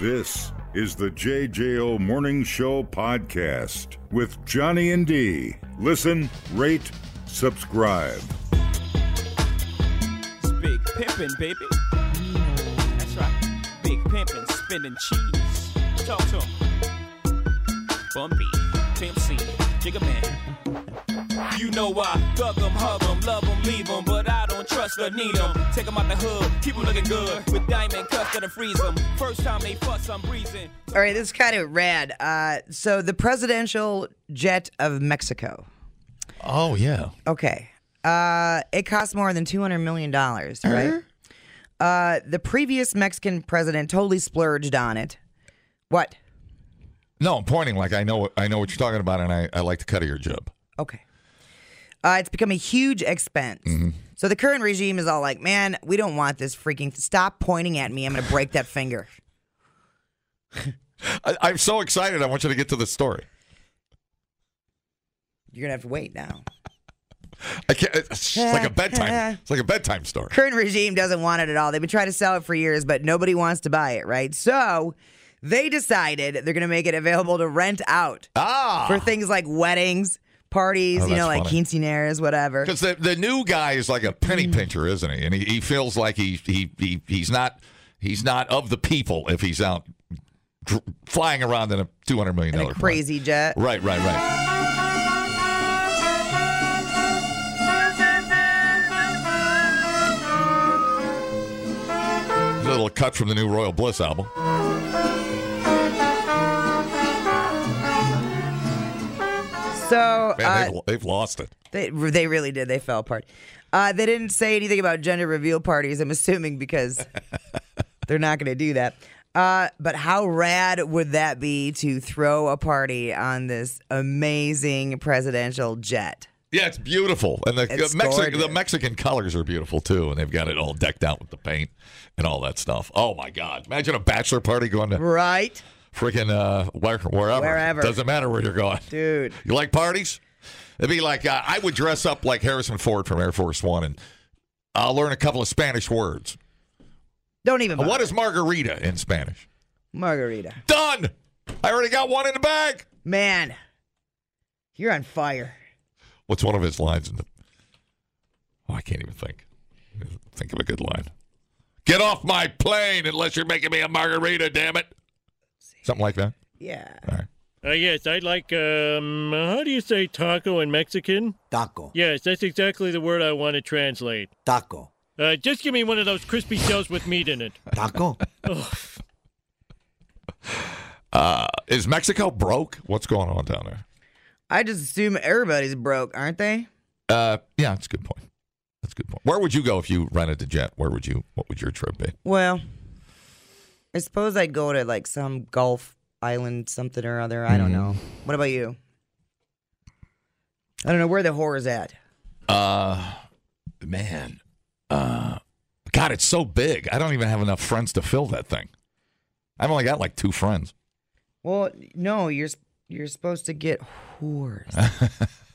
This is the JJO Morning Show podcast with Johnny and D. Listen, rate, subscribe. It's big pimpin', baby. That's right. Big pimpin', spinning cheese. Talk to him. Bumpy, Pimp C, Jigga Man. You know I thug 'em, hug 'em, love 'em, leave 'em, but I don't trust or need 'em. Take 'em out the hood, keep 'em looking good. With diamond cuffs that'll freeze 'em. First time they fuss, I'm breezing. All right, this is kind of rad. Uh, so the presidential jet of Mexico. Oh yeah. Okay. Uh, it cost more than two hundred million dollars, right? Uh, the previous Mexican president totally splurged on it. What? No, I'm pointing like I know what I know what you're talking about, and I, I like the cut of your jib. Okay. Uh, it's become a huge expense. So the current regime is all like, "Man, we don't want this freaking. Stop pointing at me. I'm gonna break that finger." I, I'm so excited. I want you to get to the story. You're gonna have to wait now. I can't. It's like a bedtime. It's like a bedtime story. current regime doesn't want it at all. They've been trying to sell it for years, but nobody wants to buy it, right? So they decided they're going to make it available to rent out for Ah, things like weddings, parties, Oh, you know, that's like funny. quinceaneras, whatever. because the the new guy is like a penny Mm. pincher, isn't he? And he, he feels like he, he he he's not he's not of the people if he's out dr- flying around in a two hundred million And a dollar crazy jet. Right, right, right. Little cut from the new Royal Bliss album. So Man, uh, they've, they've lost it. they, they really did. They fell apart. Uh, they didn't say anything about gender reveal parties, I'm assuming, because they're not going to do that. Uh, but how rad would that be to throw a party on this amazing presidential jet? Yeah, it's beautiful, and the, It's the Mexican the gorgeous. Mexican colors are beautiful too, and they've got it all decked out with the paint and all that stuff. Oh my God! Imagine a bachelor party going to Right? freaking uh, where, wherever. Wherever. Doesn't matter where you're going. Dude. You like parties? It'd be like uh, I would dress up like Harrison Ford from Air Force One, and I'll learn a couple of Spanish words. Don't even. What bother. is margarita in Spanish? margarita? Done. I already got one in the bag. Man, you're on fire. What's one of his lines? In the... Oh, I can't even think. Think of a good line. Get off my plane unless you're making me a margarita. Damn it. Something like that. Yeah. Uh, yes, I'd like. Um, how do you say taco in Mexican? Taco. Yes, that's exactly the word I want to translate. Taco. Uh, just give me one of those crispy shells with meat in it. Taco. Uh, is Mexico broke? What's going on down there? I just assume everybody's broke, aren't they? Uh, yeah, that's a good point. That's a good point. Where would you go if you rented a jet? Where would you? What would your trip be? Well, I suppose I'd go to like some Gulf island, something or other. I Mm-hmm. don't know. What about you? I don't know where the horror's at. Uh, man, uh, God, it's so big. I don't even have enough friends to fill that thing. I've only got like two friends. Well, no, you're s- you're supposed to get whores.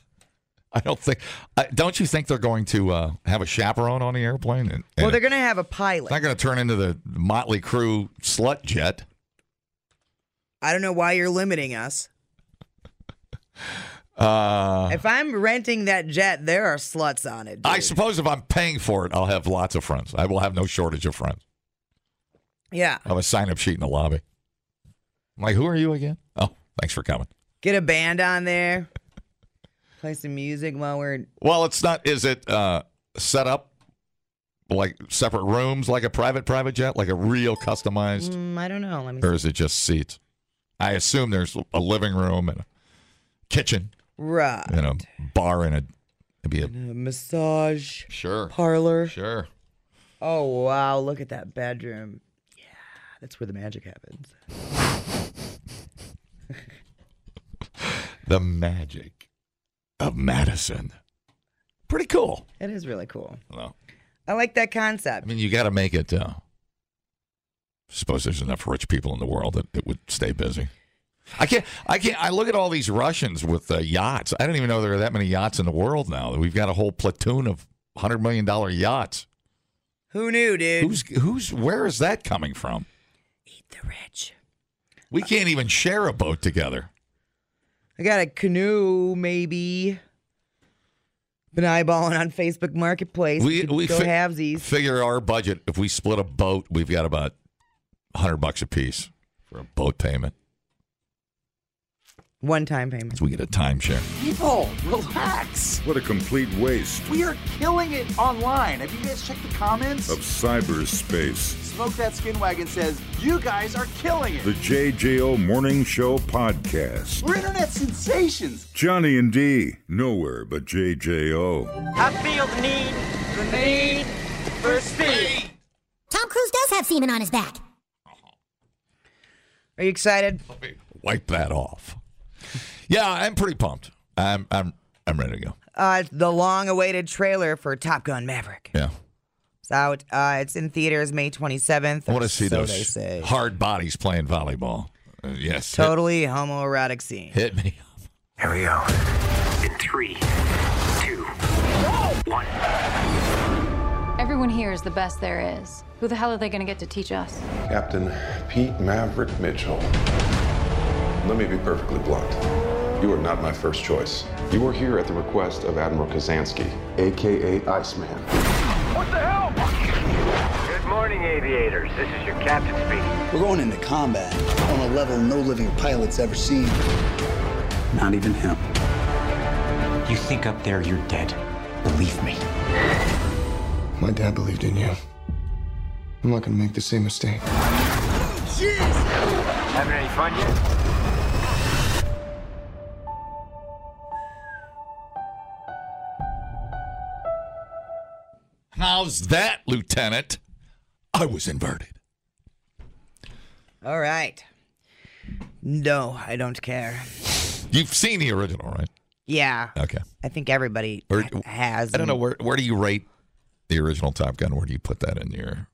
I don't think. I, don't you think they're going to uh, have a chaperone on the airplane? And, well, and they're gonna have a it's not pilot. going to turn into the Motley Crew slut jet. I don't know why you're limiting us. Uh, If I'm renting that jet, there are sluts on it. I dude. suppose if I'm paying for it, I'll have lots of friends. I will have no shortage of friends. yeah. I have a sign up sheet in the lobby. I'm like, who are you again? Oh, thanks for coming. Get a band on there. Play some music while we're Well, it's not. Is it uh, set up like separate rooms, like a private private jet, like a real customized, Mm, I don't know. Let me or see. is it just seats? I assume there's a living room and a kitchen Right. and a bar and a maybe a A massage sure, parlor. sure. Oh wow, look at that bedroom. Yeah, that's where the magic happens. The magic of Madison. Pretty cool. It is really cool. Well, I like that I concept. mean, you got to make it. Uh, suppose there's enough rich people in the world that it would stay busy. I can't. I can't. I look at all these Russians with uh, yachts. I don't even know there are that many yachts in the world now. We've got a whole platoon of hundred million dollar yachts. Who knew, dude? Who's who's? Where is that coming from? Eat the rich. We can't even share a boat together. I got a canoe, maybe. Been eyeballing on Facebook Marketplace. We Could we go fi- halvesies. figure our budget. If we split a boat, we've got about hundred bucks a piece for a boat payment. One time payment. So we get a timeshare. People, relax. What a complete waste We are killing it online. Have you guys checked the comments? of cyberspace. Smoke That Skin Wagon says, You guys are killing it. The JJO Morning Show podcast. We're internet sensations. Johnny and D, nowhere but JJO. I feel the need, the need for speed. Tom Cruise does have semen on his back. Are you excited? Wipe that off. Yeah, I'm pretty pumped. I'm I'm I'm ready to go. Uh, the long-awaited trailer for Top Gun Maverick. Yeah. It's out. Uh, it's in theaters May 27th. I want to see so eh? They those say. hard bodies playing volleyball. Uh, yes. hit- Totally homoerotic scene. Hit, me. Here we go. In three, two, one. Everyone here is the best there is. Who the hell are they going to get to teach us? Captain Pete Maverick Mitchell. Let me be perfectly blunt. You are not my first choice. You are here at the request of Admiral Kazansky, aka Iceman. Good morning, aviators. This is your captain speaking. We're going into combat on a level no living pilot's ever seen. Not even him. You think up there you're dead? Believe me. My dad believed in you. I'm not gonna make the same mistake. Having any fun yet? How's that, Lieutenant? I was inverted. All right. No, I don't care. You've seen the original, right? Yeah, Okay. I think everybody Or- ha- has. I don't know where where do you rate the original Top Gun? Where do you put that in your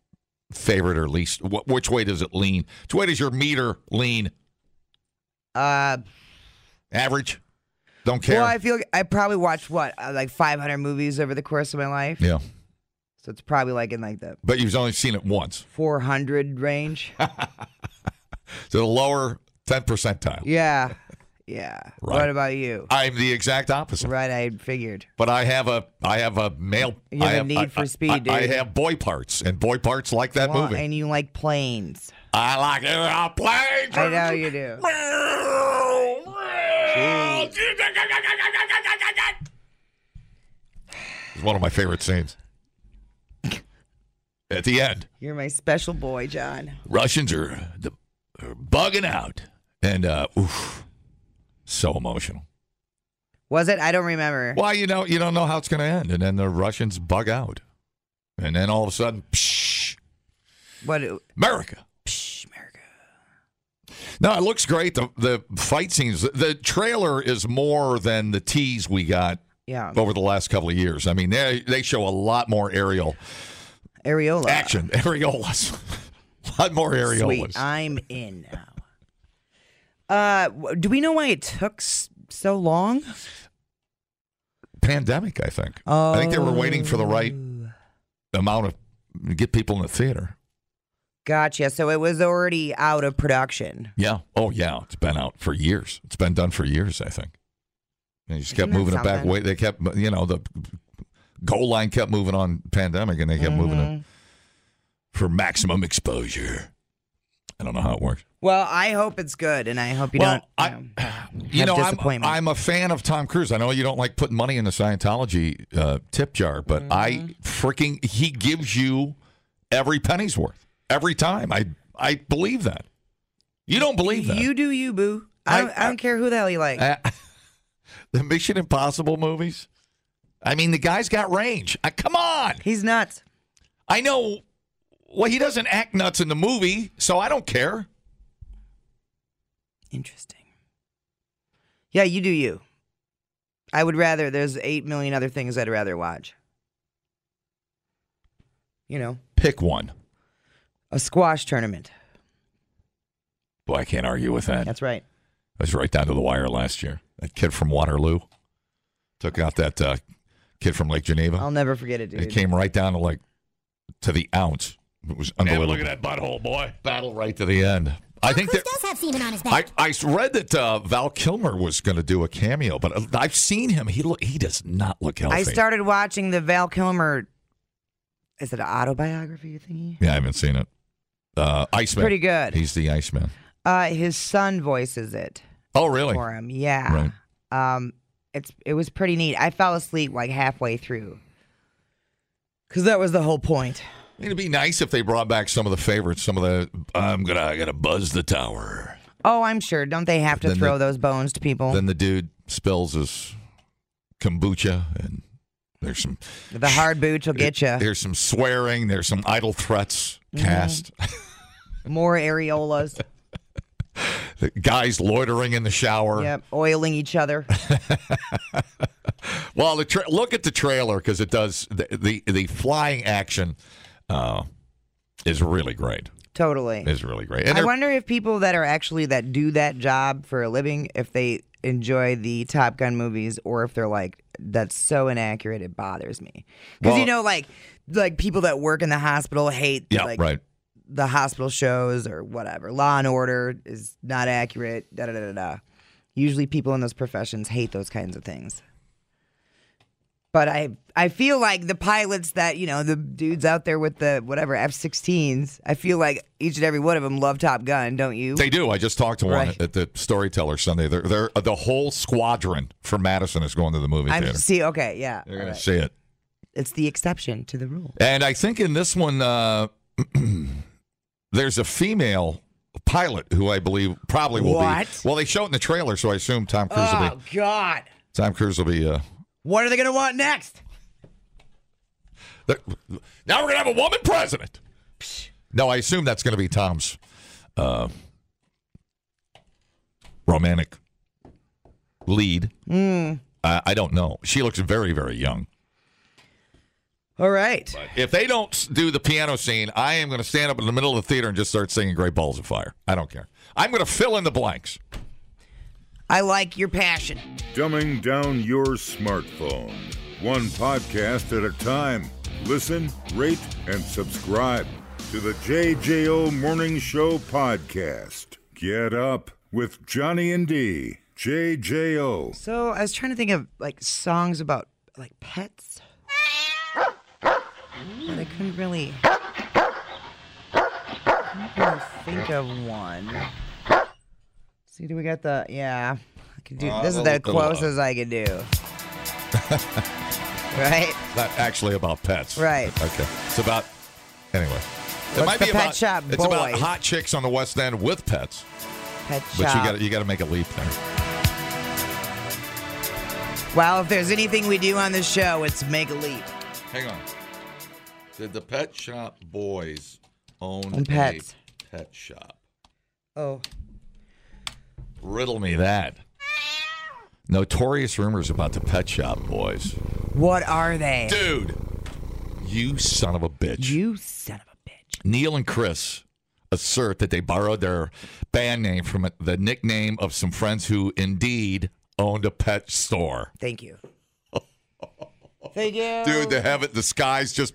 favorite or least? Wh- which way does it lean? Which way does your meter lean? Uh, Average? Don't care. well, I feel I probably watched what uh, like 500 movies over the course of my life, yeah, so it's probably like in like the but you've only seen it once. 400 range. So the lower ten percentile. yeah, yeah. Right. What about you? I'm the exact opposite. Right, I figured. But I have a I have a male. You have I a need I- for I- speed, I, I dude. have boy parts, and boy parts like that Well, movie. And you like planes. I like uh, it. I play. I know you do. It's one of my favorite scenes. At the end, You're my special boy, John. Russians are, the, are bugging out, and uh, oof, so emotional. Was it? I don't remember. Why you know you don't know how it's going to end, and then the Russians bug out, and then all of a sudden, psh, What? it- America. Psh, America. No, it looks great. The the fight scenes, the trailer is more than the tease we got Yeah. over the last couple of years. I mean, they they show a lot more aerial Areola. action, areolas, a lot more areolas. Sweet. I'm in now. Uh, w- do we know why it took s- so long? Pandemic, I think. I think they were waiting for the right Oh. amount of get people in the theater. Gotcha. So it was already out of production. Yeah. Oh yeah, it's been out for years. It's been done for years, I think. And they just kept Isn't that moving it back. something? Wait, they kept you know the goal line kept moving on pandemic, and they kept moving Mm-hmm. it for maximum exposure. I don't know how it works. Well, I hope it's good, and I hope you Well, don't. um, I- you know, You have know, I'm, disappointment. I'm a fan of Tom Cruise. I know you don't like putting money in the Scientology uh, tip jar, but Mm-hmm. I freaking he gives you every penny's worth every time. I I believe that. You don't believe that. You do you, boo. I I- don't, I don't care who the hell you like. Uh, the Mission Impossible movies. I mean, the guy's got range. Uh, come on. He's nuts. I know. Well, he doesn't act nuts in the movie, so I don't care. Interesting. Yeah, you do you. I would rather. There's eight million other things I'd rather watch. You know, Pick one. a squash tournament. Boy, I can't argue with that. That's right. I was right down to the wire last year. That kid from Waterloo took out that uh, kid from Lake Geneva. I'll never forget it, Oh, dude. It came right down to like to the ounce. It was unbelievable. look at that butthole, boy. Battle right to the end. I Tom think Cruise that- does have semen on his I, back. I read that uh, Val Kilmer was going to do a cameo, but uh, I've seen him. He lo- he does not look healthy. I started watching the Val Kilmer. Is it an autobiography thingy? Yeah, I haven't seen it. Uh, Iceman. pretty good. He's the Iceman. Uh, his son voices it Oh, really? for him. Yeah. Um, it's it was pretty neat. I fell asleep like halfway through. Cause that was the whole point. It'd be nice if they brought back some of the favorites. Some of the I'm gonna I gotta buzz the tower. Oh, I'm sure. Don't they have to Then throw the- those bones to people? Then the dude spills his kombucha, and there's some the hard boots will get you. there's some swearing. There's some idle threats Mm-hmm. cast. More areolas. The guys loitering in the shower. Yep. Oiling each other. Well, the tra- look at the trailer because it does the, the the flying action uh, is really great. Totally. Is really great. And I they're- wonder if people that are actually that do that job for a living, if they enjoy the Top Gun movies, or if they're like, "That's so inaccurate, it bothers me." Because Well- you know, like, like people that work in the hospital hate, yeah, like, right. the hospital shows or whatever. Law and Order is not accurate. Da da da da. da. Usually, people in those professions hate those kinds of things. But I I feel like the pilots that you know the dudes out there with the whatever F-16s. I feel like each and every one of them love Top Gun, don't you? They do. I just talked to one Right. at the Storyteller Sunday. They're, they're the whole squadron from Madison is going to the movie I'm theater. see. Okay, yeah. They're going all to right. see it. It's the exception to the rule. And I think in this one, uh, there's a female pilot who I believe probably will What? be. Well, they show it in the trailer, so I assume Tom Cruise will Oh be. God! Tom Cruise will be. Uh, What are they gonna want next? the- now we're going to have a woman president. No, I assume that's going to be Tom's uh, romantic lead. Hmm. I, I don't know. She looks very, very young. All right. If they don't s- do the piano scene, I am going to stand up in the middle of the theater and just start singing Great Balls of Fire. I don't care. I'm going to fill in the blanks. I like your passion. Dumbing down your smartphone. One podcast at a time. Listen, rate, and subscribe to the JJO Morning Show podcast. Get up with Johnny and D. JJO. So I was trying to think of like songs about like pets, but I couldn't really, couldn't really think of one. See, do we got the? Yeah, I can do. Uh, this is the- the the little- closest I can do. right? Not actually about pets. Right. Okay. It's about, anyway. What's the Pet Shop it's about Boys? hot chicks on the West End with pets, Pet but you shop. got you got to make a leap there. Well, if there's anything we do on the show, it's make a leap. Hang on. Did the Pet Shop Boys own And pets. pet shop? Oh, Riddle me that. Notorious rumors about the Pet Shop Boys. what are they? Dude, you son of a bitch. You son of a bitch. Neil and Chris assert that they borrowed their band name from the nickname of some friends who indeed owned a pet store. Thank you. Thank you. Dude, the heaven, the skies just.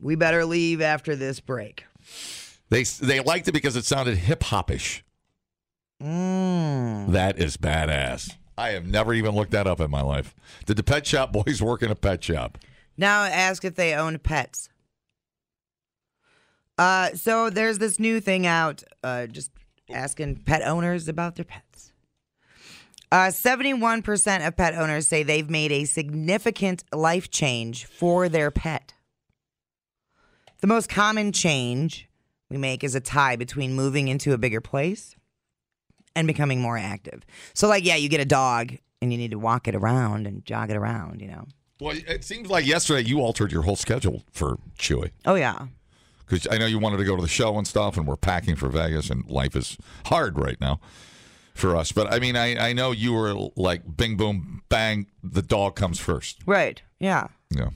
We better leave after this break. They, they liked it because it sounded hip hopish. That is badass. I have never even looked that up in my life. Did the Pet Shop Boys work in a pet shop? Now ask if they owned pets. Uh, so there's this new thing out, uh, just asking pet owners about their pets. Uh, 71% of pet owners say they've made a significant life change for their pet. The most common change we make is a tie between moving into a bigger place and becoming more active. So, like, yeah, you get a dog and you need to walk it around and jog it around, you know? Well, it seems like yesterday you altered your whole schedule for Chewy. Oh, yeah. because I know you wanted to go to the show and stuff, and we're packing for Vegas, and life is hard right now for us. But I mean, I, I know you were like, bing, boom, bang, the dog comes first. Right. Yeah. Yeah.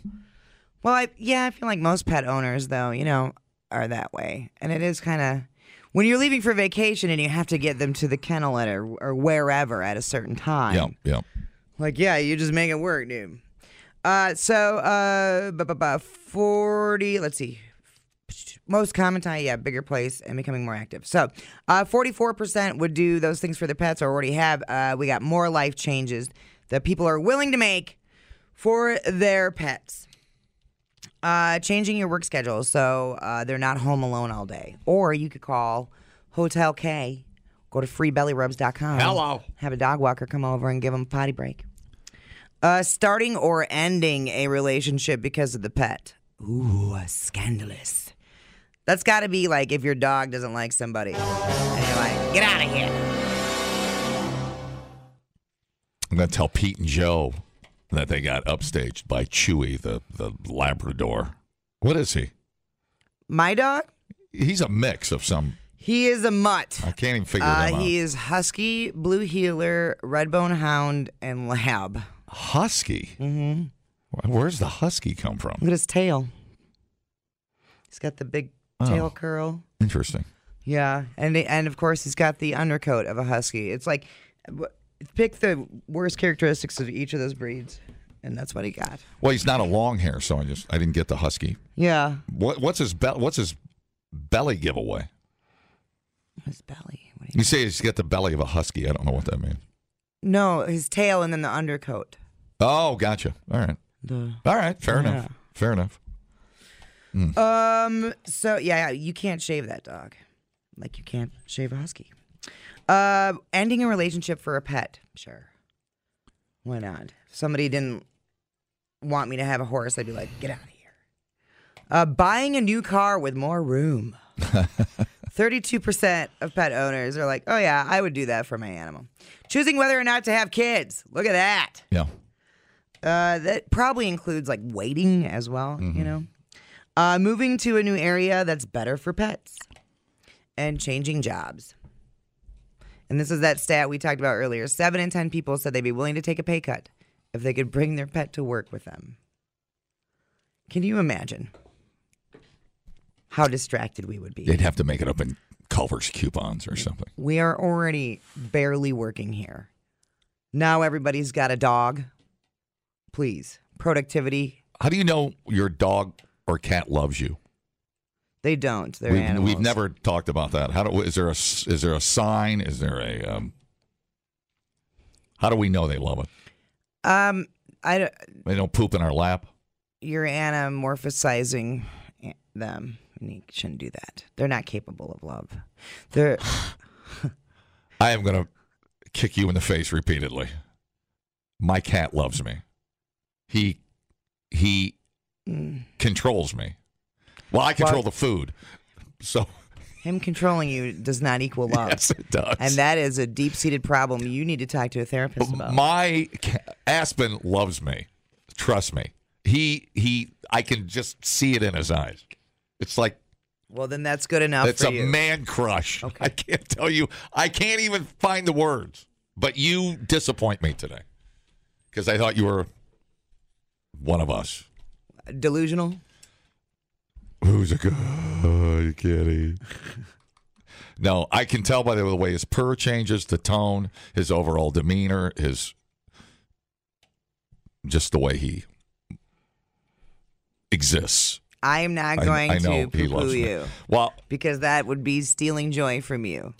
Well, I, yeah, I feel like most pet owners, though, you know, are that way. And it is kind of when you're leaving for vacation and you have to get them to the kennel at or, or wherever at a certain time. Yeah. Yeah. Like, yeah, you just make it work, dude. Uh, so, uh, bu- bu- bu- 40, let's see, most common tie, yeah, bigger place and becoming more active. So, uh, 44% would do those things for their pets or already have. Uh, we got more life changes that people are willing to make for their pets. Uh, changing your work schedule so uh, they're not home alone all day. Or you could call Hotel K, go to freebellyrubs.com. Hello. Have a dog walker come over and give them a potty break. Uh, starting or ending a relationship because of the pet. Ooh, scandalous. That's got to be like if your dog doesn't like somebody and you're like, get out of here. I'm going to tell Pete and Joe that they got upstaged by Chewy, the, the Labrador. What is he? My dog, He's a mix of some. he is a mutt. I can't even figure Uh, them out. he is husky, blue heeler, redbone hound, and lab. husky. Mm-hmm. Where's the husky come Look from? at his tail. He's got the big Oh. tail curl. Interesting. Yeah, and and of course he's got the undercoat of a husky. It's like w- pick the worst characteristics of each of those breeds, and that's what he got. Well, he's not a long hair, so I just I didn't get the husky. Yeah, What, what's his be- what's his belly giveaway? his belly. What do you- You say he's got the belly of a husky. I don't know what that means. No, his tail and then the undercoat. Oh, gotcha. All right. The- All right. Fair enough. Yeah. Fair enough. Um. So yeah, yeah, you can't shave that dog, like you can't shave a husky. Uh, ending a relationship for a pet, sure. Why not? If somebody didn't want me to have a horse, I'd be like, get out of here. Uh, buying a new car with more room. Thirty-two percent of pet owners are like, oh yeah, I would do that for my animal. Choosing whether or not to have kids. Look at that. Yeah. Uh, that probably includes like waiting as well, you know. Uh, moving to a new area that's better for pets and changing jobs. And this is that stat we talked about earlier. Seven in 10 people said they'd be willing to take a pay cut if they could bring their pet to work with them. Can you imagine how distracted we would be? They'd have to make it up in Culver's coupons or something. We are already barely working here. Now everybody's got a dog. Please, productivity. How do you know your dog or cat loves you? They don't. They're we've, animals. we've never talked about that. How do is there a s- is there a sign? Is there a um, how do we know they love it? Um, I don't- They don't poop in our lap. you're anamorphosizing them, and you shouldn't do that. They're not capable of love. They're I am going to kick you in the face repeatedly. My cat loves me. He he Mm. controls me. Well, I control the food. So him controlling you does not equal love, yes, it does. um, and that is a deep-seated problem. You need to talk to a therapist about. my ca- Aspen loves me. Trust me. He he. I can just see it in his eyes. It's like well, then that's good enough. It's for a you. man crush. I can't tell you. I can't even find the words. But you disappoint me today because I thought you were one of us. Delusional. Who's a good kitty? no, I can tell by the way his purr changes, the tone, his overall demeanor, his just the way he exists. I am not I- going I, know to he poo loves me. you Well, because that would be stealing joy from you.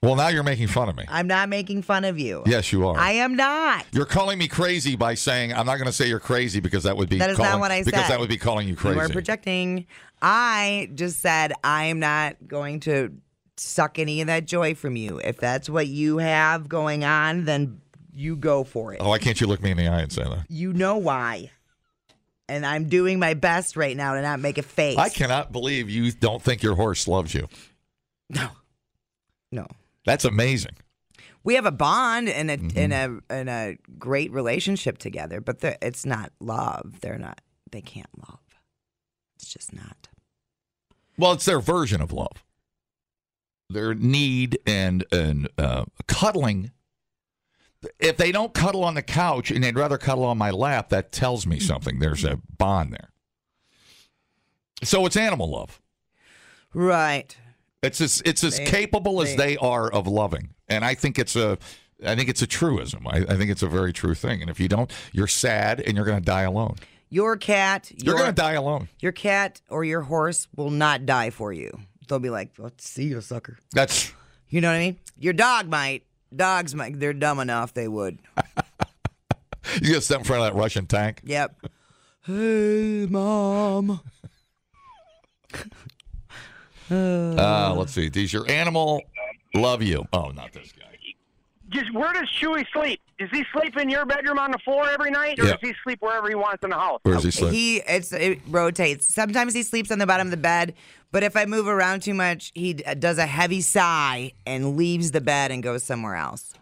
well, now you're making fun of me. I'm not making fun of you. Yes, you are. I am not. You're calling me crazy by saying I'm not going to say you're crazy because that would be That is calling, not what I because said. that would be calling you crazy. You are projecting. I just said I am not going to suck any of that joy from you. If that's what you have going on, then you go for it. oh, why can't you look me in the eye and say that? You know why. And I'm doing my best right now to not make a face. I cannot believe you don't think your horse loves you. No. No. That's amazing. We have a bond and a Mm-hmm. and a and a great relationship together, but they're- it's not love. They're not. They can't love. It's just not. Well, it's their version of love. Their need and and uh, cuddling. If they don't cuddle on the couch and they'd rather cuddle on my lap, that tells me something. There's a bond there. So it's animal love. Right. It's as it's as They- capable as they- they are of loving, and I think it's a, I think it's a truism. I, I think it's a very true thing. And if you don't, you're sad and you're going to die alone. Your cat, You're your, going to die alone. your cat or your horse will not die for you. They'll be like, "Let's see you, sucker." That's You know what I mean? Your dog might. Dogs might. They're dumb enough. They would. you just step in front of that Russian tank. Yep. Hey, mom. Uh, let's see. Does your animal love you? Oh, not this guy. Just where does Chewy sleep? Does he sleep in your bedroom on the floor every night, or Yeah. does he sleep wherever he wants in the house? Where's he sleep? He it's it rotates. Sometimes he sleeps on the bottom of the bed, but if I move around too much, he d- does a heavy sigh and leaves the bed and goes somewhere else.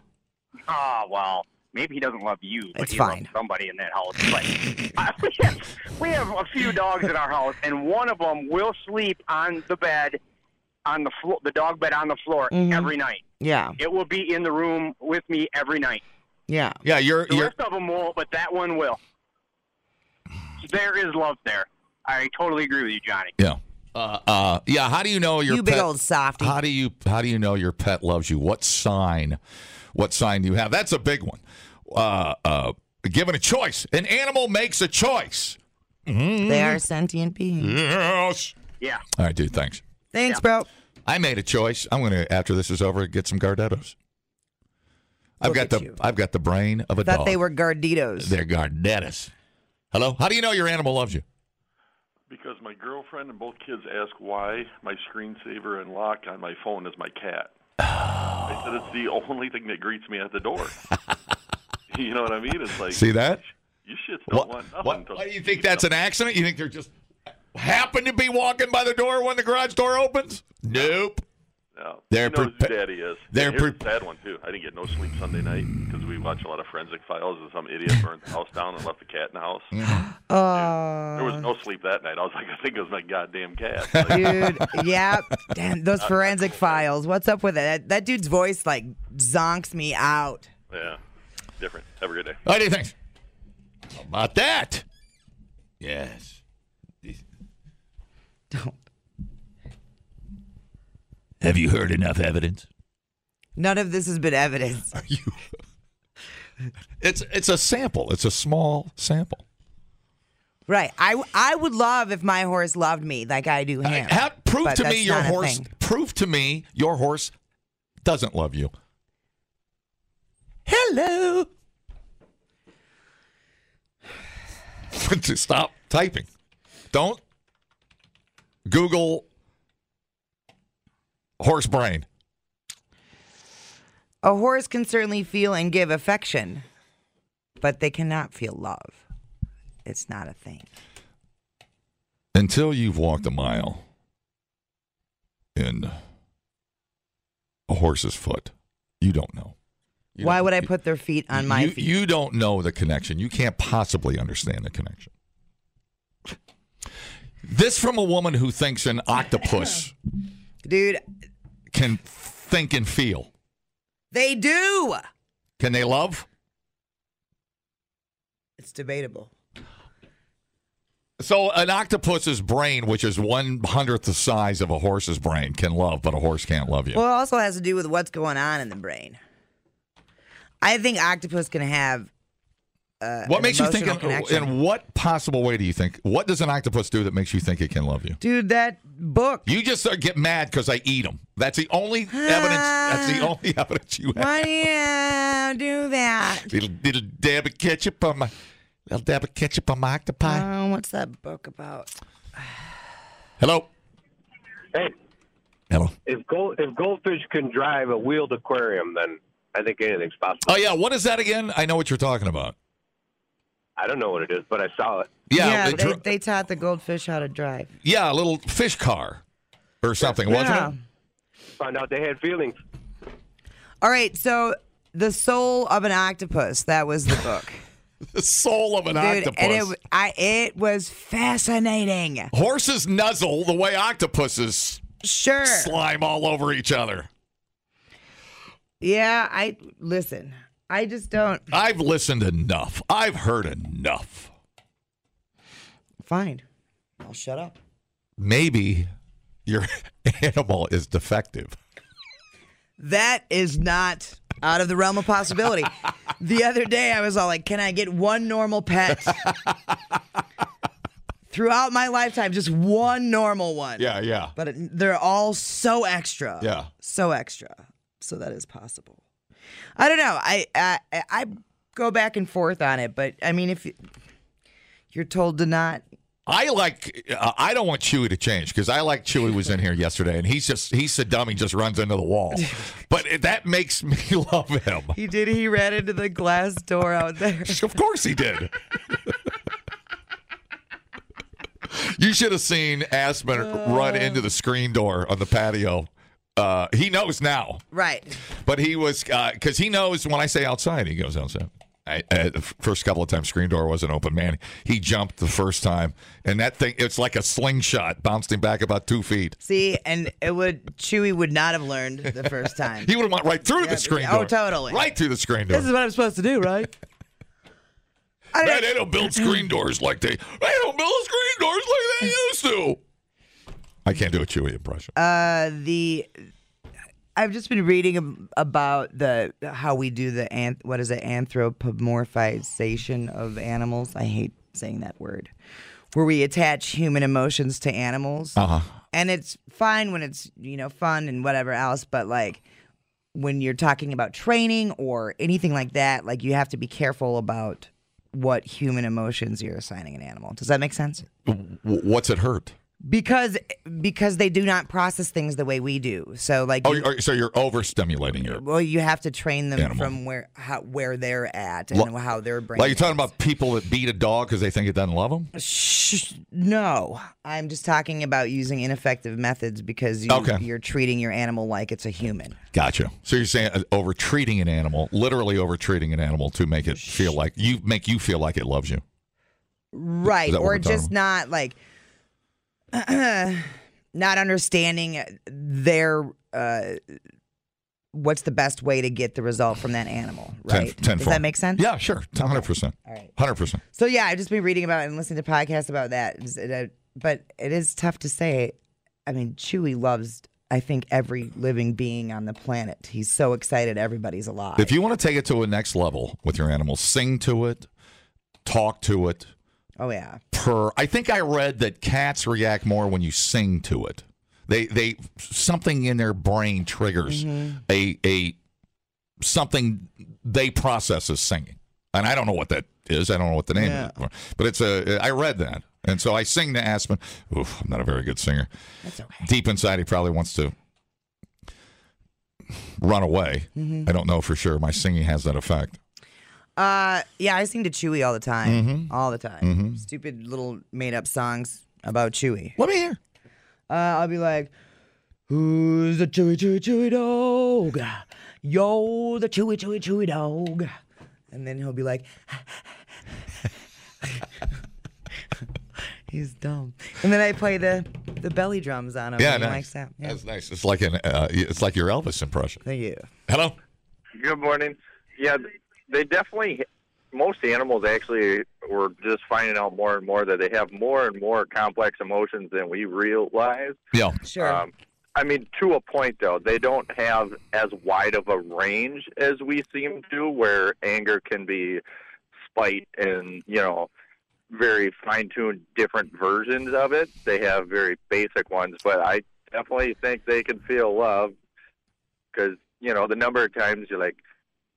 Oh well, maybe he doesn't love you, but It's he fine. loves somebody in that house. But uh, we, have, we have a few dogs in our house, and one of them will sleep on the bed, on the floor, the dog bed on the floor Mm-hmm. every night. Yeah. It will be in the room with me every night. Yeah. Yeah, you're The you're rest of them won't, but that one will. So there is love there. I totally agree with you, Johnny. yeah. Uh, uh, yeah. How do you know your you pet, big old softy. How do you how do you know your pet loves you? What sign? What sign do you have? That's a big one. Uh, uh, given a choice, an animal makes a choice. They are sentient beings. Yes. Yeah. All right, dude. Thanks. Thanks, bro. I made a choice. I'm gonna after this is over get some Gardettos. I've Look got at the you. I've got the brain of a Thought dog. they were Garditos. They're Gardettos. Hello. How do you know your animal loves you? Because my girlfriend and both kids ask why my screensaver and lock on my phone is my cat. I said it's the only thing that greets me at the door. you know what I mean? It's like See that? you shits don't What, want nothing. what, till- why do you think that's an accident? You think they're just happen to be walking by the door when the garage door opens? Nope. No. They're he knows prepa- who daddy is. they're And here's pre- a sad one too. I didn't get no sleep Sunday night because we watch a lot of forensic files and some idiot burned the house down and left the cat in the house. there was no sleep that night. I was like, I think it was my goddamn cat. Like, Dude, yeah. Damn, those forensic files. What's up with it? That, that dude's voice like zonks me out. yeah, different. Have a good day. What do you think? How about that? Yes. Don't. Have you heard enough evidence? None of this has been evidence. Are you? it's it's a sample. It's a small sample. Right. I, I would love if my horse loved me like I do him. Uh, have- prove but to me that's your not a horse. thing. Prove to me your horse doesn't love you. Hello. Just Stop typing. Don't Google horse brain. A horse can certainly feel and give affection, but they cannot feel love. It's not a thing. Until you've walked a mile in a horse's foot, you don't know. You Why don't- would I put their feet on my you, feet? You don't know the connection. You can't possibly understand the connection. This from a woman who thinks an octopus Dude, can think and feel. they do. Can they love? It's debatable. So an octopus's brain, which is one hundredth the size of a horse's brain, can love, but a horse can't love you. Well, it also has to do with what's going on in the brain. I think octopus can have. Uh, what an makes you think? emotional connection. in what possible way do you think? What does an octopus do that makes you think it can love you? Dude, that book. You just uh, get mad because I eat them. That's the only evidence. That's the only evidence you have. Ah. Why do you do that? Little, little dab of ketchup on my little dab of ketchup on my octopi. Oh, what's that book about? Hello. Hey, Hello. if gold if goldfish can drive a wheeled aquarium, then I think anything's possible. Oh yeah, what is that again? I know what you're talking about. I don't know what it is, but I saw it. Yeah, yeah it they, dri- they taught the goldfish how to drive. yeah, a little fish car or something, Yeah. wasn't Found out they had feelings. All right, so the soul of an octopus. That was the book, it? The soul of an dude, octopus. and it I it was fascinating. Horses nuzzle the way octopuses Sure, slime all over each other. yeah. I listen. I just don't. I've listened enough. I've heard enough. Fine, I'll shut up. Maybe your animal is defective. That is not out of the realm of possibility. the other day, I was all like, "Can I get one normal pet?" throughout my lifetime, just one normal one. Yeah, yeah. But it, they're all so extra. Yeah. So extra. So that is possible. I don't know. I I, I go back and forth on it, but I mean, if you, you're told to not, I like. Uh, I don't want Chewy to change because I like Chewy was in here yesterday and he's just he's a dummy just runs into the wall, but it, that makes me love him. he did. He ran into the glass door out there. Of course he did. you should have seen Aspen run into the screen door on the patio. Uh, he knows now, Right. but he was because he knows when I say outside, he goes outside. I, I, the first couple of times, screen door wasn't open. Man, he jumped the first time, and that thing—it's like a slingshot, bounced him back about two feet. See, and it would Chewy would not have learned the first time. He would have went right through the screen oh, door. totally. Right through the screen door. This is what I'm supposed to do, right? Man, they don't build screen doors like they. They don't build screen doors like they used to. I can't do a Chewy impression. Uh, the I've just been reading ab- about the how we do the anth- what is it anthropomorphization of animals. I hate saying that word, where we attach human emotions to animals, Uh huh. and it's fine when it's you know fun and whatever else, but like when you're talking about training or anything like that, like you have to be careful about what human emotions you're assigning an animal. Does that make sense? What's it hurt? Because because they do not process things the way we do. So like Oh, you- you're, so you're overstimulating your. well, you have to train them Animal. from where how, where they're at and Lo- how their brain. Like you're talking about people that beat a dog because they think it doesn't love them. Shh, no, I'm just talking about using ineffective methods because you, Okay. you're treating your animal like it's a human. Gotcha. So you're saying uh, over treating an animal, literally over treating an animal to make it feel like you make you feel like it loves you. right Is that what or we're talking just not like not understanding their uh what's the best way to get the result from that animal Ten- right does tenfold. that make sense Yeah, sure. Hundred percent. Hundred percent. so yeah i've just been reading about it and listening to podcasts about that It's- it, uh, but it is tough to say i mean chewy loves i think every living being on the planet he's so excited everybody's alive If you want to take it to a next level with your animal, sing to it, talk to it, oh yeah purr. I think I read that cats react more when you sing to it. They they something in their brain triggers Mm-hmm. a a something they process as singing, and I don't know what that is. I don't know what the name is, but it's a. I read that, and so I sing to Aspen. Oof, I'm not a very good singer. That's okay. Deep inside, he probably wants to run away. Mm-hmm. I don't know for sure. My singing has that effect. Uh, yeah, I sing to Chewy all the time, Mhm. all the time. Mhm. Stupid little made up songs about Chewy. Let me hear. Uh, I'll be like, "Who's the Chewy Chewy Chewy dog? Yo, the Chewy Chewy Chewy dog." And then he'll be like, "He's dumb." And then I play the the belly drums on him. Yeah, and he nice. likes that. Yeah. That's nice. It's like an. Uh, it's like your Elvis impression. Thank you. Hello. Good morning. Yeah, they definitely. Most animals actually we're just finding out more and more that they have more and more complex emotions than we realize. Yeah. Sure. Um, I mean, to a point though, they don't have as wide of a range as we seem to, where anger can be spite and you know very fine-tuned different versions of it. They have very basic ones, but I definitely think they can feel love because you know the number of times you're like,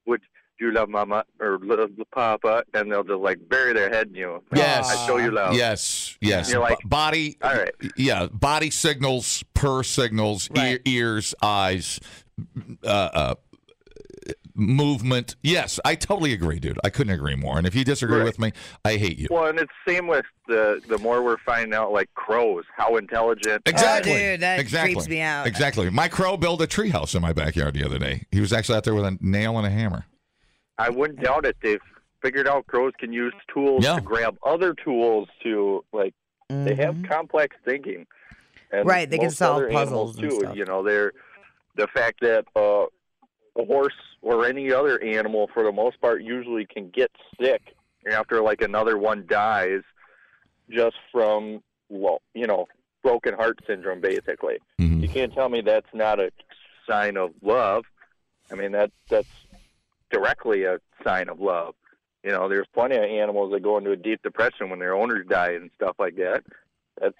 "Would do you love Mama or love Papa?" and they'll just like bury their head in you. Yes. I show Uh, you love. Yes. Yes. You're like, B- body. All right. Yeah. Body signals, purr signals, ear, ears, eyes, uh, uh, movement. Yes, I totally agree, dude. I couldn't agree more. And if you disagree Right. with me, I hate Oh, you. Well, and it's same with the the more we're finding out like crows, how intelligent Exactly. dude, that exactly. creeps me out. Exactly. My crow built a treehouse in my backyard the other day. He was actually out there with a nail and a hammer. I wouldn't doubt it. They've figured out crows can use tools Yeah. to grab other tools to like. They have complex thinking. And Mm-hmm. Right, they can most solve other animals, puzzles and too. stuff. You know, they're the fact that uh, a horse or any other animal, for the most part, usually can get sick after like another one dies, just from well, you know, broken heart syndrome. Basically, Mm-hmm. you can't tell me that's not a sign of love. I mean, that that's directly a sign of love. You know, there's plenty of animals that go into a deep depression when their owners die and stuff like that. That's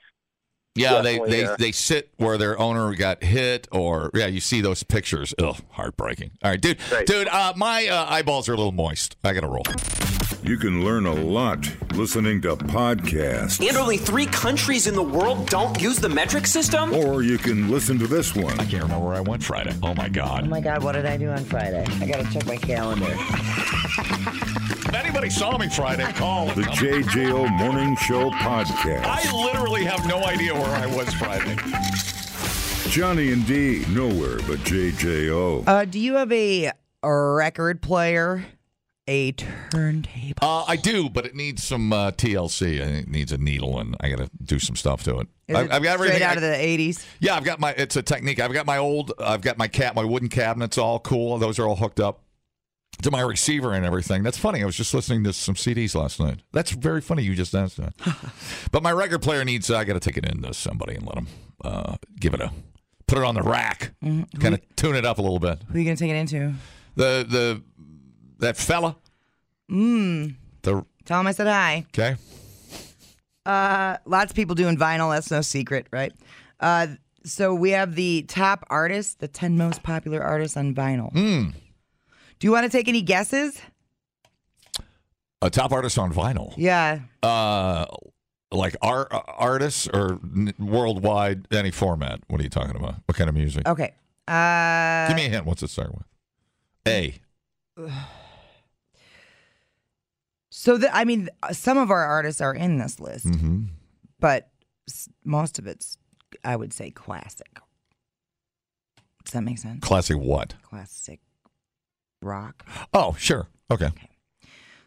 Yeah, they Definitely, they, uh, they sit where their owner got hit, or yeah, you see those pictures. Ugh, heartbreaking. All right, dude, dude, uh, my uh, eyeballs are a little moist. I gotta roll. You can learn a lot listening to podcasts, And only three countries in the world don't use the metric system? or you can listen to this one. I can't remember where I went Friday. Oh my Oh god! my God, what did I do on Friday? I gotta check my calendar. If anybody saw me Friday, call. The JJO Morning Show podcast. I literally have no idea where I was Friday. Johnny and D, nowhere but JJO. Uh, do you have a record player? A turntable? Uh, I do, but it needs some uh, TLC. I think It needs a needle, and I got to do some stuff to it. Is I, it I've got straight everything. out of the '80s. Yeah, I've got my. It's a technique. I've got my old. I've got my cat. My wooden cabinets all cool. Those are all hooked up to my receiver and everything. That's funny. I was just listening to some CDs last night. That's very funny. You just asked that. but my record player needs. uh, I got to take it into somebody and let them uh, give it a put it on the rack. Kind of tune it up a little bit. Who are you gonna take it into? The the that fella. Mmm. The Tell him I said hi. okay. Uh, lots of people doing vinyl. That's no secret, right? Uh, so we have the top artists, the ten most popular artists on vinyl. Mm. Do you want to take any guesses? A top artist on vinyl. Yeah. Uh, like art artists or n- worldwide, any format. What are you talking about? What kind of music? Okay. Uh, Give me a hint. What's it start with? A. So the, I mean, some of our artists are in this list, Mm-hmm. but s- most of it's, I would say, classic. Does that make sense? Classic what? Classic rock. Oh, sure. Okay.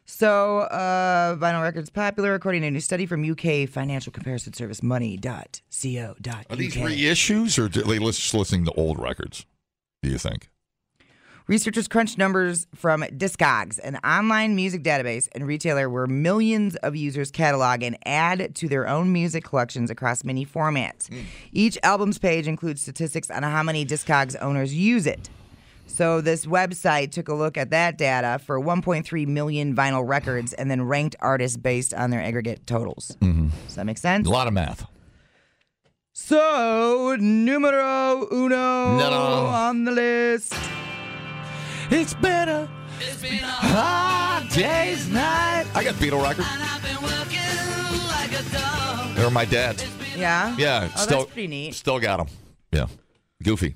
So, uh, vinyl records popular according to a new study from UK financial comparison service money.co.uk. Are these reissues or do they list, just listening to old records? Do you think? Researchers crunched numbers from Discogs, an online music database and retailer where millions of users catalog and add to their own music collections across many formats. Hmm. Each album's page includes statistics on how many Discogs owners use it. So, this website took a look at that data for 1.3 million vinyl records and then ranked artists based on their aggregate totals. Mm-hmm. Does that make sense? A lot of math. So, numero uno No. on the list. It's better. Ah, day's night. I got Beatle records. They're my dad's. Yeah. Yeah, Oh, still that's pretty neat. Still got them. Yeah, goofy.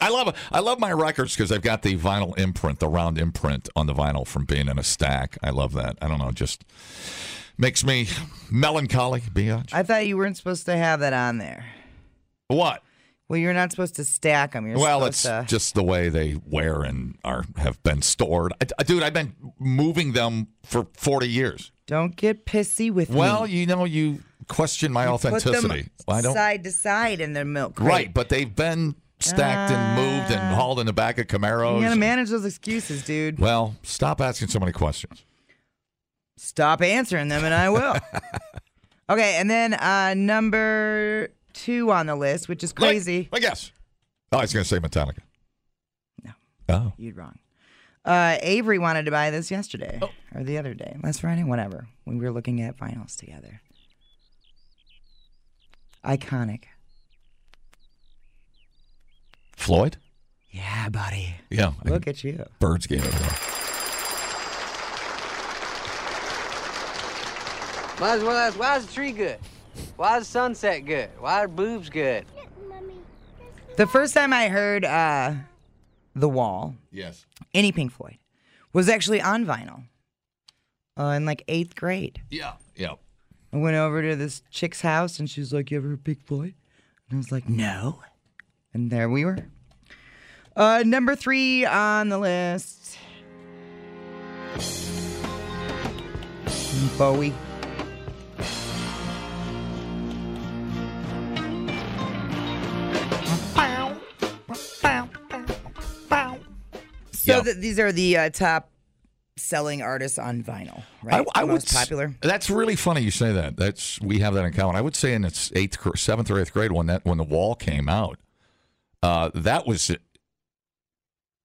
I love I love my records because I've got the vinyl imprint, the round imprint on the vinyl from being in a stack. I love that. I don't know, just makes me melancholy. Beyond I thought you weren't supposed to have that on there. what? Well, you're not supposed to stack them. You're well, it's supposed to. just the way they wear and are have been stored. I, I- dude, I've been moving them for forty years. Don't get pissy with Well, me. you know, you question my authenticity. Hmm. Put them I don't. side to side in the milk crate. Right, but they've been stacked and moved and hauled in the back of Camaros. Ah. You gotta manage those excuses, dude. Well, stop asking so many questions. Stop answering them, and I will. okay, and then uh, number two on the list, which is crazy. I guess. Oh, I was going to say Metallica. No. Oh. You're wrong. Uh, Avery wanted to buy this yesterday or the other day, last Friday, whatever, when we were looking at vinyls together. Iconic. Floyd? Yeah, buddy. Yeah. I Look can- at you. Birds gave it away. Might as well ask, why is the tree good? Why is sunset good? Why are boobs good? The first time I heard uh, The Wall, Yes. any Pink Floyd, was actually on vinyl uh, in like eighth grade. Yeah. Yeah. I went over to this chick's house and she was like, You ever heard Pink Floyd? And I was like, No. And there we were. Uh, number three on the list Bowie. So Yeah. th- these are the uh, top selling artists on vinyl, right? The most s- popular. That's really funny you say that. That's we have that in common. I would say in its eighth, gr- seventh or eighth grade when that when the wall came out, uh, that was uh,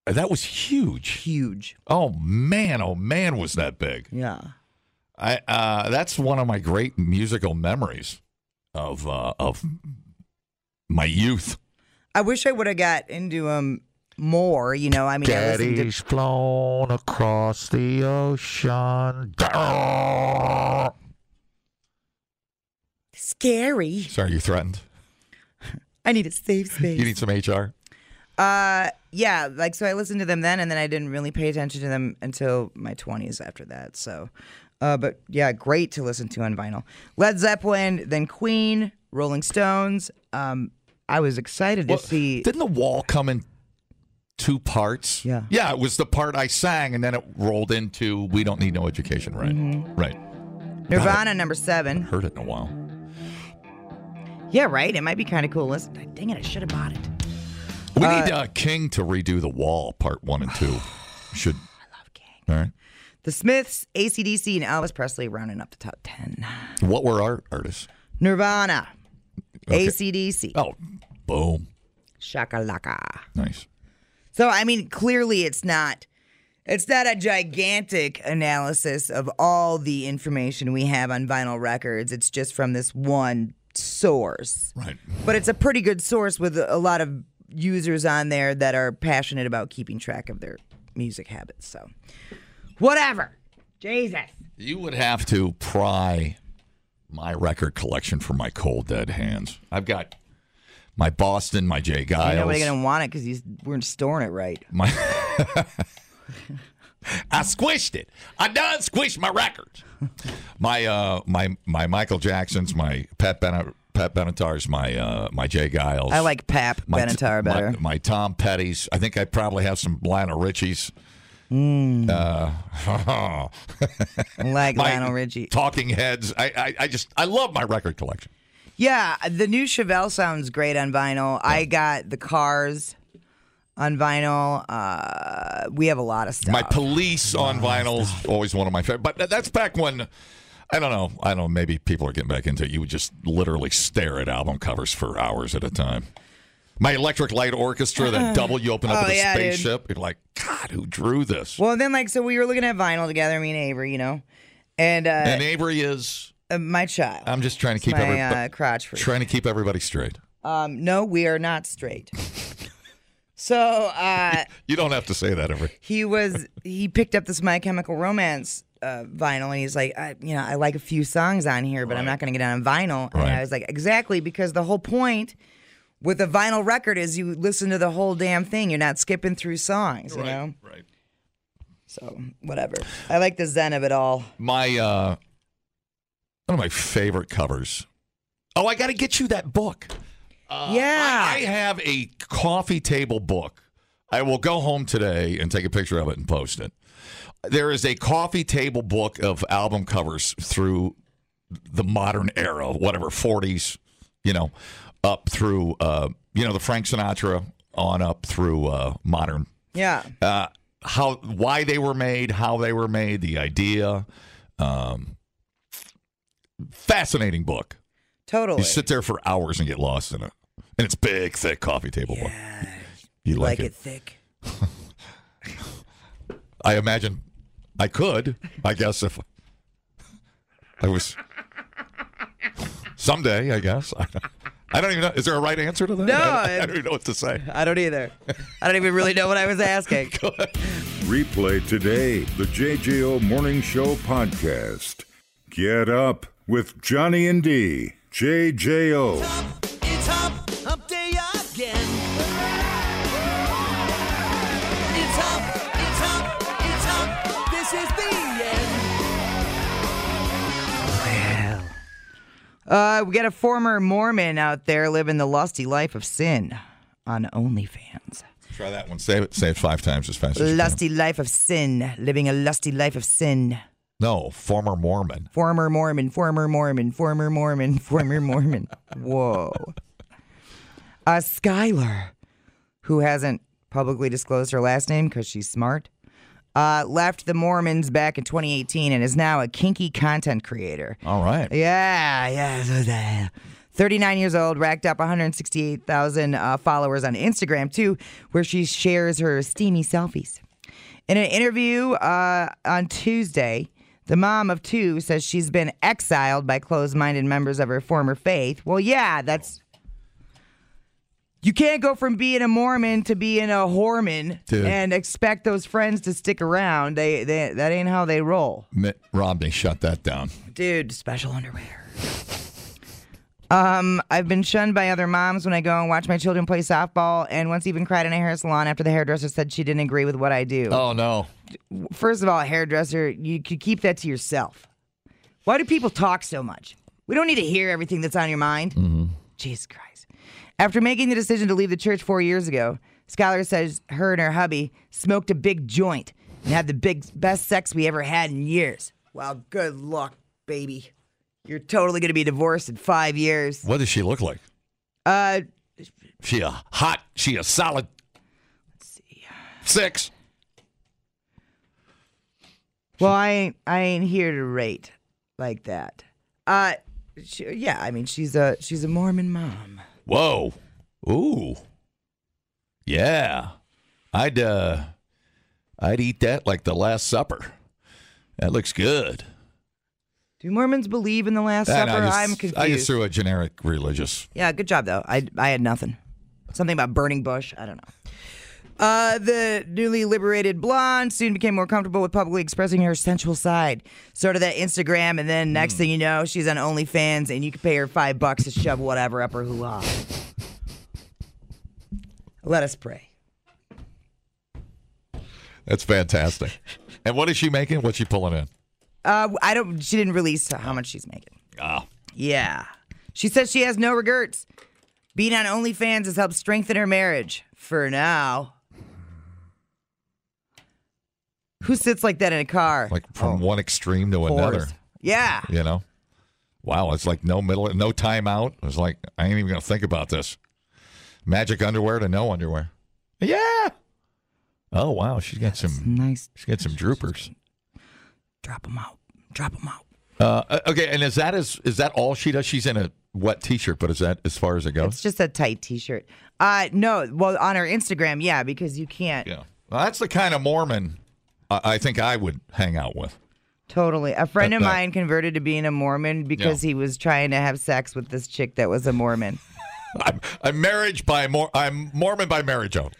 That was huge. Huge. Oh man, oh man, was that big. Yeah. I uh, that's one of my great musical memories of uh, of my youth. I wish I would have got into them more. You know, I mean, I listened to flown across the ocean. scary. Sorry, you threatened. I need a safe space. You need some HR. Uh, yeah, like so I listened to them then, and then I didn't really pay attention to them until my twenties after that. So, uh, but yeah, great to listen to on vinyl. Led Zeppelin, then Queen, Rolling Stones. Um, I was excited to Well, see. Didn't the wall come in two parts? Yeah. Yeah, it was the part I sang, and then it rolled into "We Don't Need No Education." Right. Right. Nirvana number seven. Heard it in a while. Yeah, right. It might be kind of cool. Listen, dang it, I should have bought it. We need uh, King to redo the wall part one and two. Should. I love King. All right. The Smiths, ACDC, and Elvis Presley rounding up the top ten. What were our artists? Nirvana, Okay. ACDC. Oh, boom. Shakalaka. Nice. So I mean, clearly it's not it's not a gigantic analysis of all the information we have on vinyl records. It's just from this one source. Right. But it's a pretty good source with a lot of users on there that are passionate about keeping track of their music habits. So whatever. Jesus. You would have to pry my record collection from my cold dead hands. I've got my Boston, my Jay Ain't Giles, nobody gonna want it because you weren't storing it right. my. I squished it. I done squished my records. my uh, my my Michael Jacksons, my Pat Ben Pat Benatar's, my uh, my Jay Giles. I like Pap my- Benatar my- better. My, Tom Petty's. I think I probably have some Lionel Richie's. Mm. Uh, like my Lionel Richie. Talking Heads. I, I I just I love my record collection. Yeah, the new Chevelle sounds great on vinyl. I got the Cars on vinyl. Uh, we have a lot of stuff. My Police on vinyls always one of my favorite. But tha- that's back when I don't know. I don't know. Maybe people are getting back into it. You would just literally stare at album covers for hours at a time. My Electric Light Orchestra, that double you open up Oh, with a yeah, dude. spaceship. You're like, God, who drew this? well, then like so we were looking at vinyl together, me and Avery, you know, and uh, and Avery is. uh, my child. I'm just trying to keep my, everybody uh, crotch free. trying to keep everybody straight. Um, no, we are not straight. so uh, You don't have to say that, Avery. he was he picked up this My Chemical Romance uh, vinyl, and he's like, I, you know, I like a few songs on here, but I'm not going to get it on vinyl. And Right. I was like, exactly, because the whole point with a vinyl record is you listen to the whole damn thing. You're not skipping through songs, you know. Right. So whatever. I like the zen of it all. my uh one of my favorite covers. Oh, I got to get you that book. Uh, yeah. I have a coffee table book. I will go home today and take a picture of it and post it. There is a coffee table book of album covers through the modern era, whatever 40s, you know, up through uh, you know, the Frank Sinatra on up through uh modern yeah. uh, how why they were made, how they were made, the idea. Um, fascinating book. Totally. You sit there for hours and get lost in it, and it's big, thick coffee table book. You like like, it it? thick. I imagine I could. I guess if I was someday, I guess. I don't even know. Is there a right answer to that? No, I, I it- don't even know what to say. I don't either. I don't even really know what I was asking. Replay today the JJO Morning Show podcast. Get up with Johnny and D. JJO. It's hump, hump day again. It's hump, it's hump, it's hump. This is the end. Uh, we got a former Mormon out there living the lusty life of sin on OnlyFans. Try that one. Say it. Say it five times as fast as you can. Lusty life of sin, living a lusty life of sin. No, former Mormon. Former Mormon, former Mormon, former Mormon, former Mormon. Whoa. Uh, Skylar, who hasn't publicly disclosed her last name because she's smart, uh, left the Mormons back in 2018 and is now a kinky content creator. All right. Yeah, yeah. so that- 39 years old, racked up 168,000 uh, followers on Instagram, too, where she shares her steamy selfies. In an interview uh, on Tuesday, the mom of two says she's been exiled by closed minded members of her former faith. Well, yeah, that's. You can't go from being a Mormon to being a Horman Dude. and expect those friends to stick around. They, they That ain't how they roll. Mitt Romney shut that down. Dude, special underwear. Um, I've been shunned by other moms when I go and watch my children play softball, and once even cried in a hair salon after the hairdresser said she didn't agree with what I do. Oh no! First of all, hairdresser, you could keep that to yourself. Why do people talk so much? We don't need to hear everything that's on your mind. Jesus Christ. After making the decision to leave the church four years ago, Skylar says her and her hubby smoked a big joint and had the big best sex we ever had in years. Well, good luck, baby. You're totally going to be divorced in five years. What does she look like? Uh, She a hot. She a solid. Let's see. Six. well, I ain't, I ain't here to rate like that. Uh, she, yeah, I mean she's a she's a Mormon mom. Whoa. Ooh. Yeah. I'd uh I'd eat that like the last supper. That looks good. Ah, Do Mormons believe in the Last And Supper? I just, I'm confused. I just threw a generic religious. Yeah, good job though. I I had nothing. Something about burning bush. I don't know. Uh, the newly liberated blonde soon became more comfortable with publicly expressing her sensual side, sort of that Instagram, and then Hmm. next thing you know, she's on OnlyFans, and you can pay her five bucks to shove whatever up her hoo ha. Let us pray. That's fantastic. and what is she making? What's she pulling in? Uh, I don't. She didn't release how much she's making. Oh. Yeah, she says she has no regrets. Being on OnlyFans has helped strengthen her marriage for now. Who sits like that in a car? Oh, Like from one extreme to Whores. another. Yeah. You know? Wow, it's like no middle no time out. It's like I ain't even gonna think about this. Magic underwear to no underwear. Yeah. Oh wow, she's got some nice she's got some droopers. Drop them out. Drop them out. Uh, okay, and is that is is that all she does? She's in a wet T-shirt, but is that as far as it goes? It's just a tight T-shirt. Uh, no. Well, on her Instagram, yeah, because you can't yeah. Well, that's the kind of Mormon I, I think I would hang out with. totally. A friend Uh, of no. mine converted to being a Mormon because he was trying to have sex with this chick that was a Mormon. I'm, I'm marriage by Mor- I'm Mormon by marriage. Own.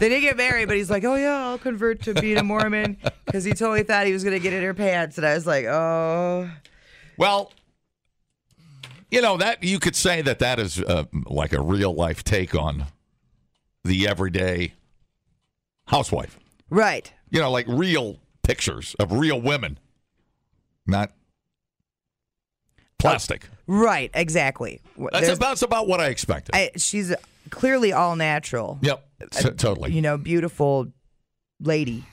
They didn't get married, but he's like, "Oh yeah, I'll convert to being a Mormon," because he totally thought he was gonna get in her pants, and I was like, "Oh, Well, you know that you could say that that is uh, like a real life take on the everyday housewife. right." You know, like real pictures of real women, not plastic. Right, exactly. Wh- That's Uh, there's- about, that's about what I expected. I, she's clearly all natural, yep, t- totally. you know, beautiful lady.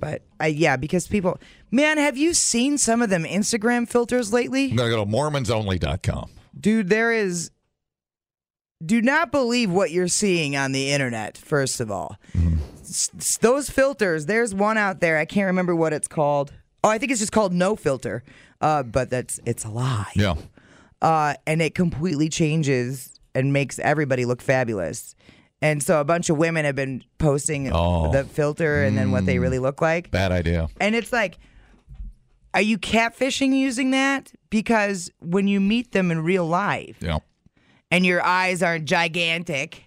But I, yeah, because people, man, have you seen some of them Instagram filters lately? I'm going to go to MormonsOnly.com. Dude, there is. Do not believe what you're seeing on the internet, first of all. S- s- those filters, there's one out there. I can't remember what it's called. Oh, I think it's just called No Filter, uh, but that's it's a lie. Yeah. Uh, and it completely changes and makes everybody look fabulous. And so a bunch of women have been posting Oh. Mm. the filter and then what they really look like. Bad idea. And it's like, are you catfishing using that? Because when you meet them in real life Yeah. and your eyes aren't gigantic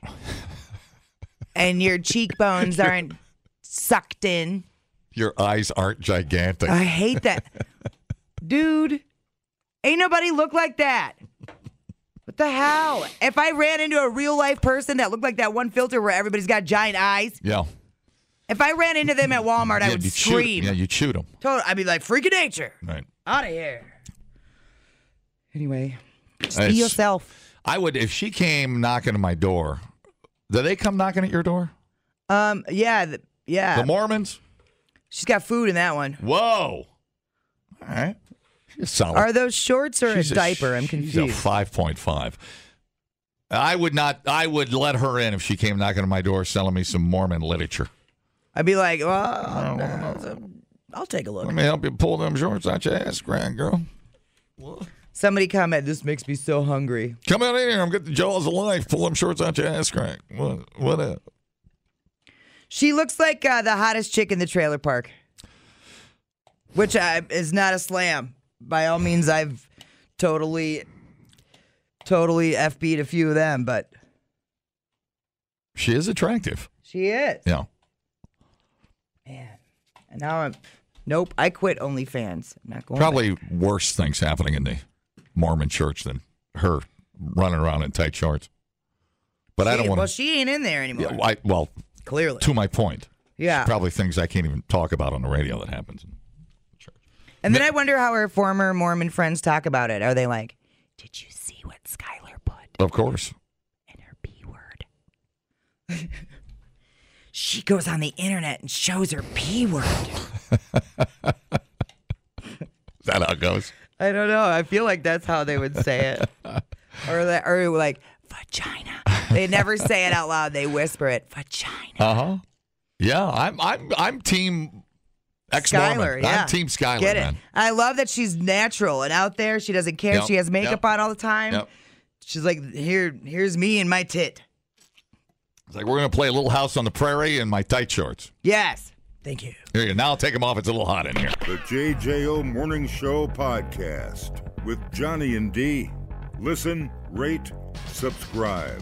and your cheekbones aren't sucked in, Your eyes aren't gigantic. I hate that. Dude, ain't nobody look like that. What the hell? If I ran into a real life person that looked like that one filter where everybody's got giant eyes, yeah. if I ran into them at Walmart, I yeah, would you scream. Shoot, yeah, you shoot them. Totally, I'd be like, freak of nature. Right. Out of here. Anyway, just It's- be yourself. I would, if she came knocking at my door, do they come knocking at your door? Um, yeah, th- yeah. The Mormons? She's got food in that one. Whoa. All right. She's solid. Are those shorts or Oh. She's a diaper? i I'm she's a confused. 5.5. I would not, I would let her in if she came knocking at my door selling me some Mormon literature. I'd be like, well, I'll, I'll take a look. Let me help you pull them shorts out your ass, grand girl. Somebody comment, this makes me so hungry. Come on in here. I'm getting the jaws of life. Pull them shorts out your ass crack. What? What? Up? She looks like uh, the hottest chick in the trailer park, which I, is not a slam. By all means, I've totally, totally FB'd a few of them, but She is attractive. she is. Yeah. Man. And now I'm, nope, I quit OnlyFans. I'm not going Probably worse things happening in the Mormon church than her running around in tight shorts. But I She- don't want Well, she ain't in there anymore. Yeah, I, well, clearly to my point. Yeah. probably things I can't even talk about on the radio that happens. and then I wonder how her former Mormon friends talk about it. Are they like, did you see what Skylar put? Of course, She goes on the internet and shows her P word. Is that how it goes. I don't know. I feel like that's how they would say it. or, that, or like, vagina. They never say it out loud, they whisper it, vagina. Uh huh. Yeah, I'm I'm I'm team ex Skylar, yeah. I'm team Skylar. Get it. Man. I love that she's natural and out there. She doesn't care. Yep, She has makeup yep, on all the time. yep. She's like, here, here's me and my tit. It's like we're gonna play a little house on the prairie in my tight shorts. Yes. Thank you. Here you go. Now I'll take them off. It's a little hot in here. The JJO Morning Show podcast with Johnny and D. Listen, rate, subscribe.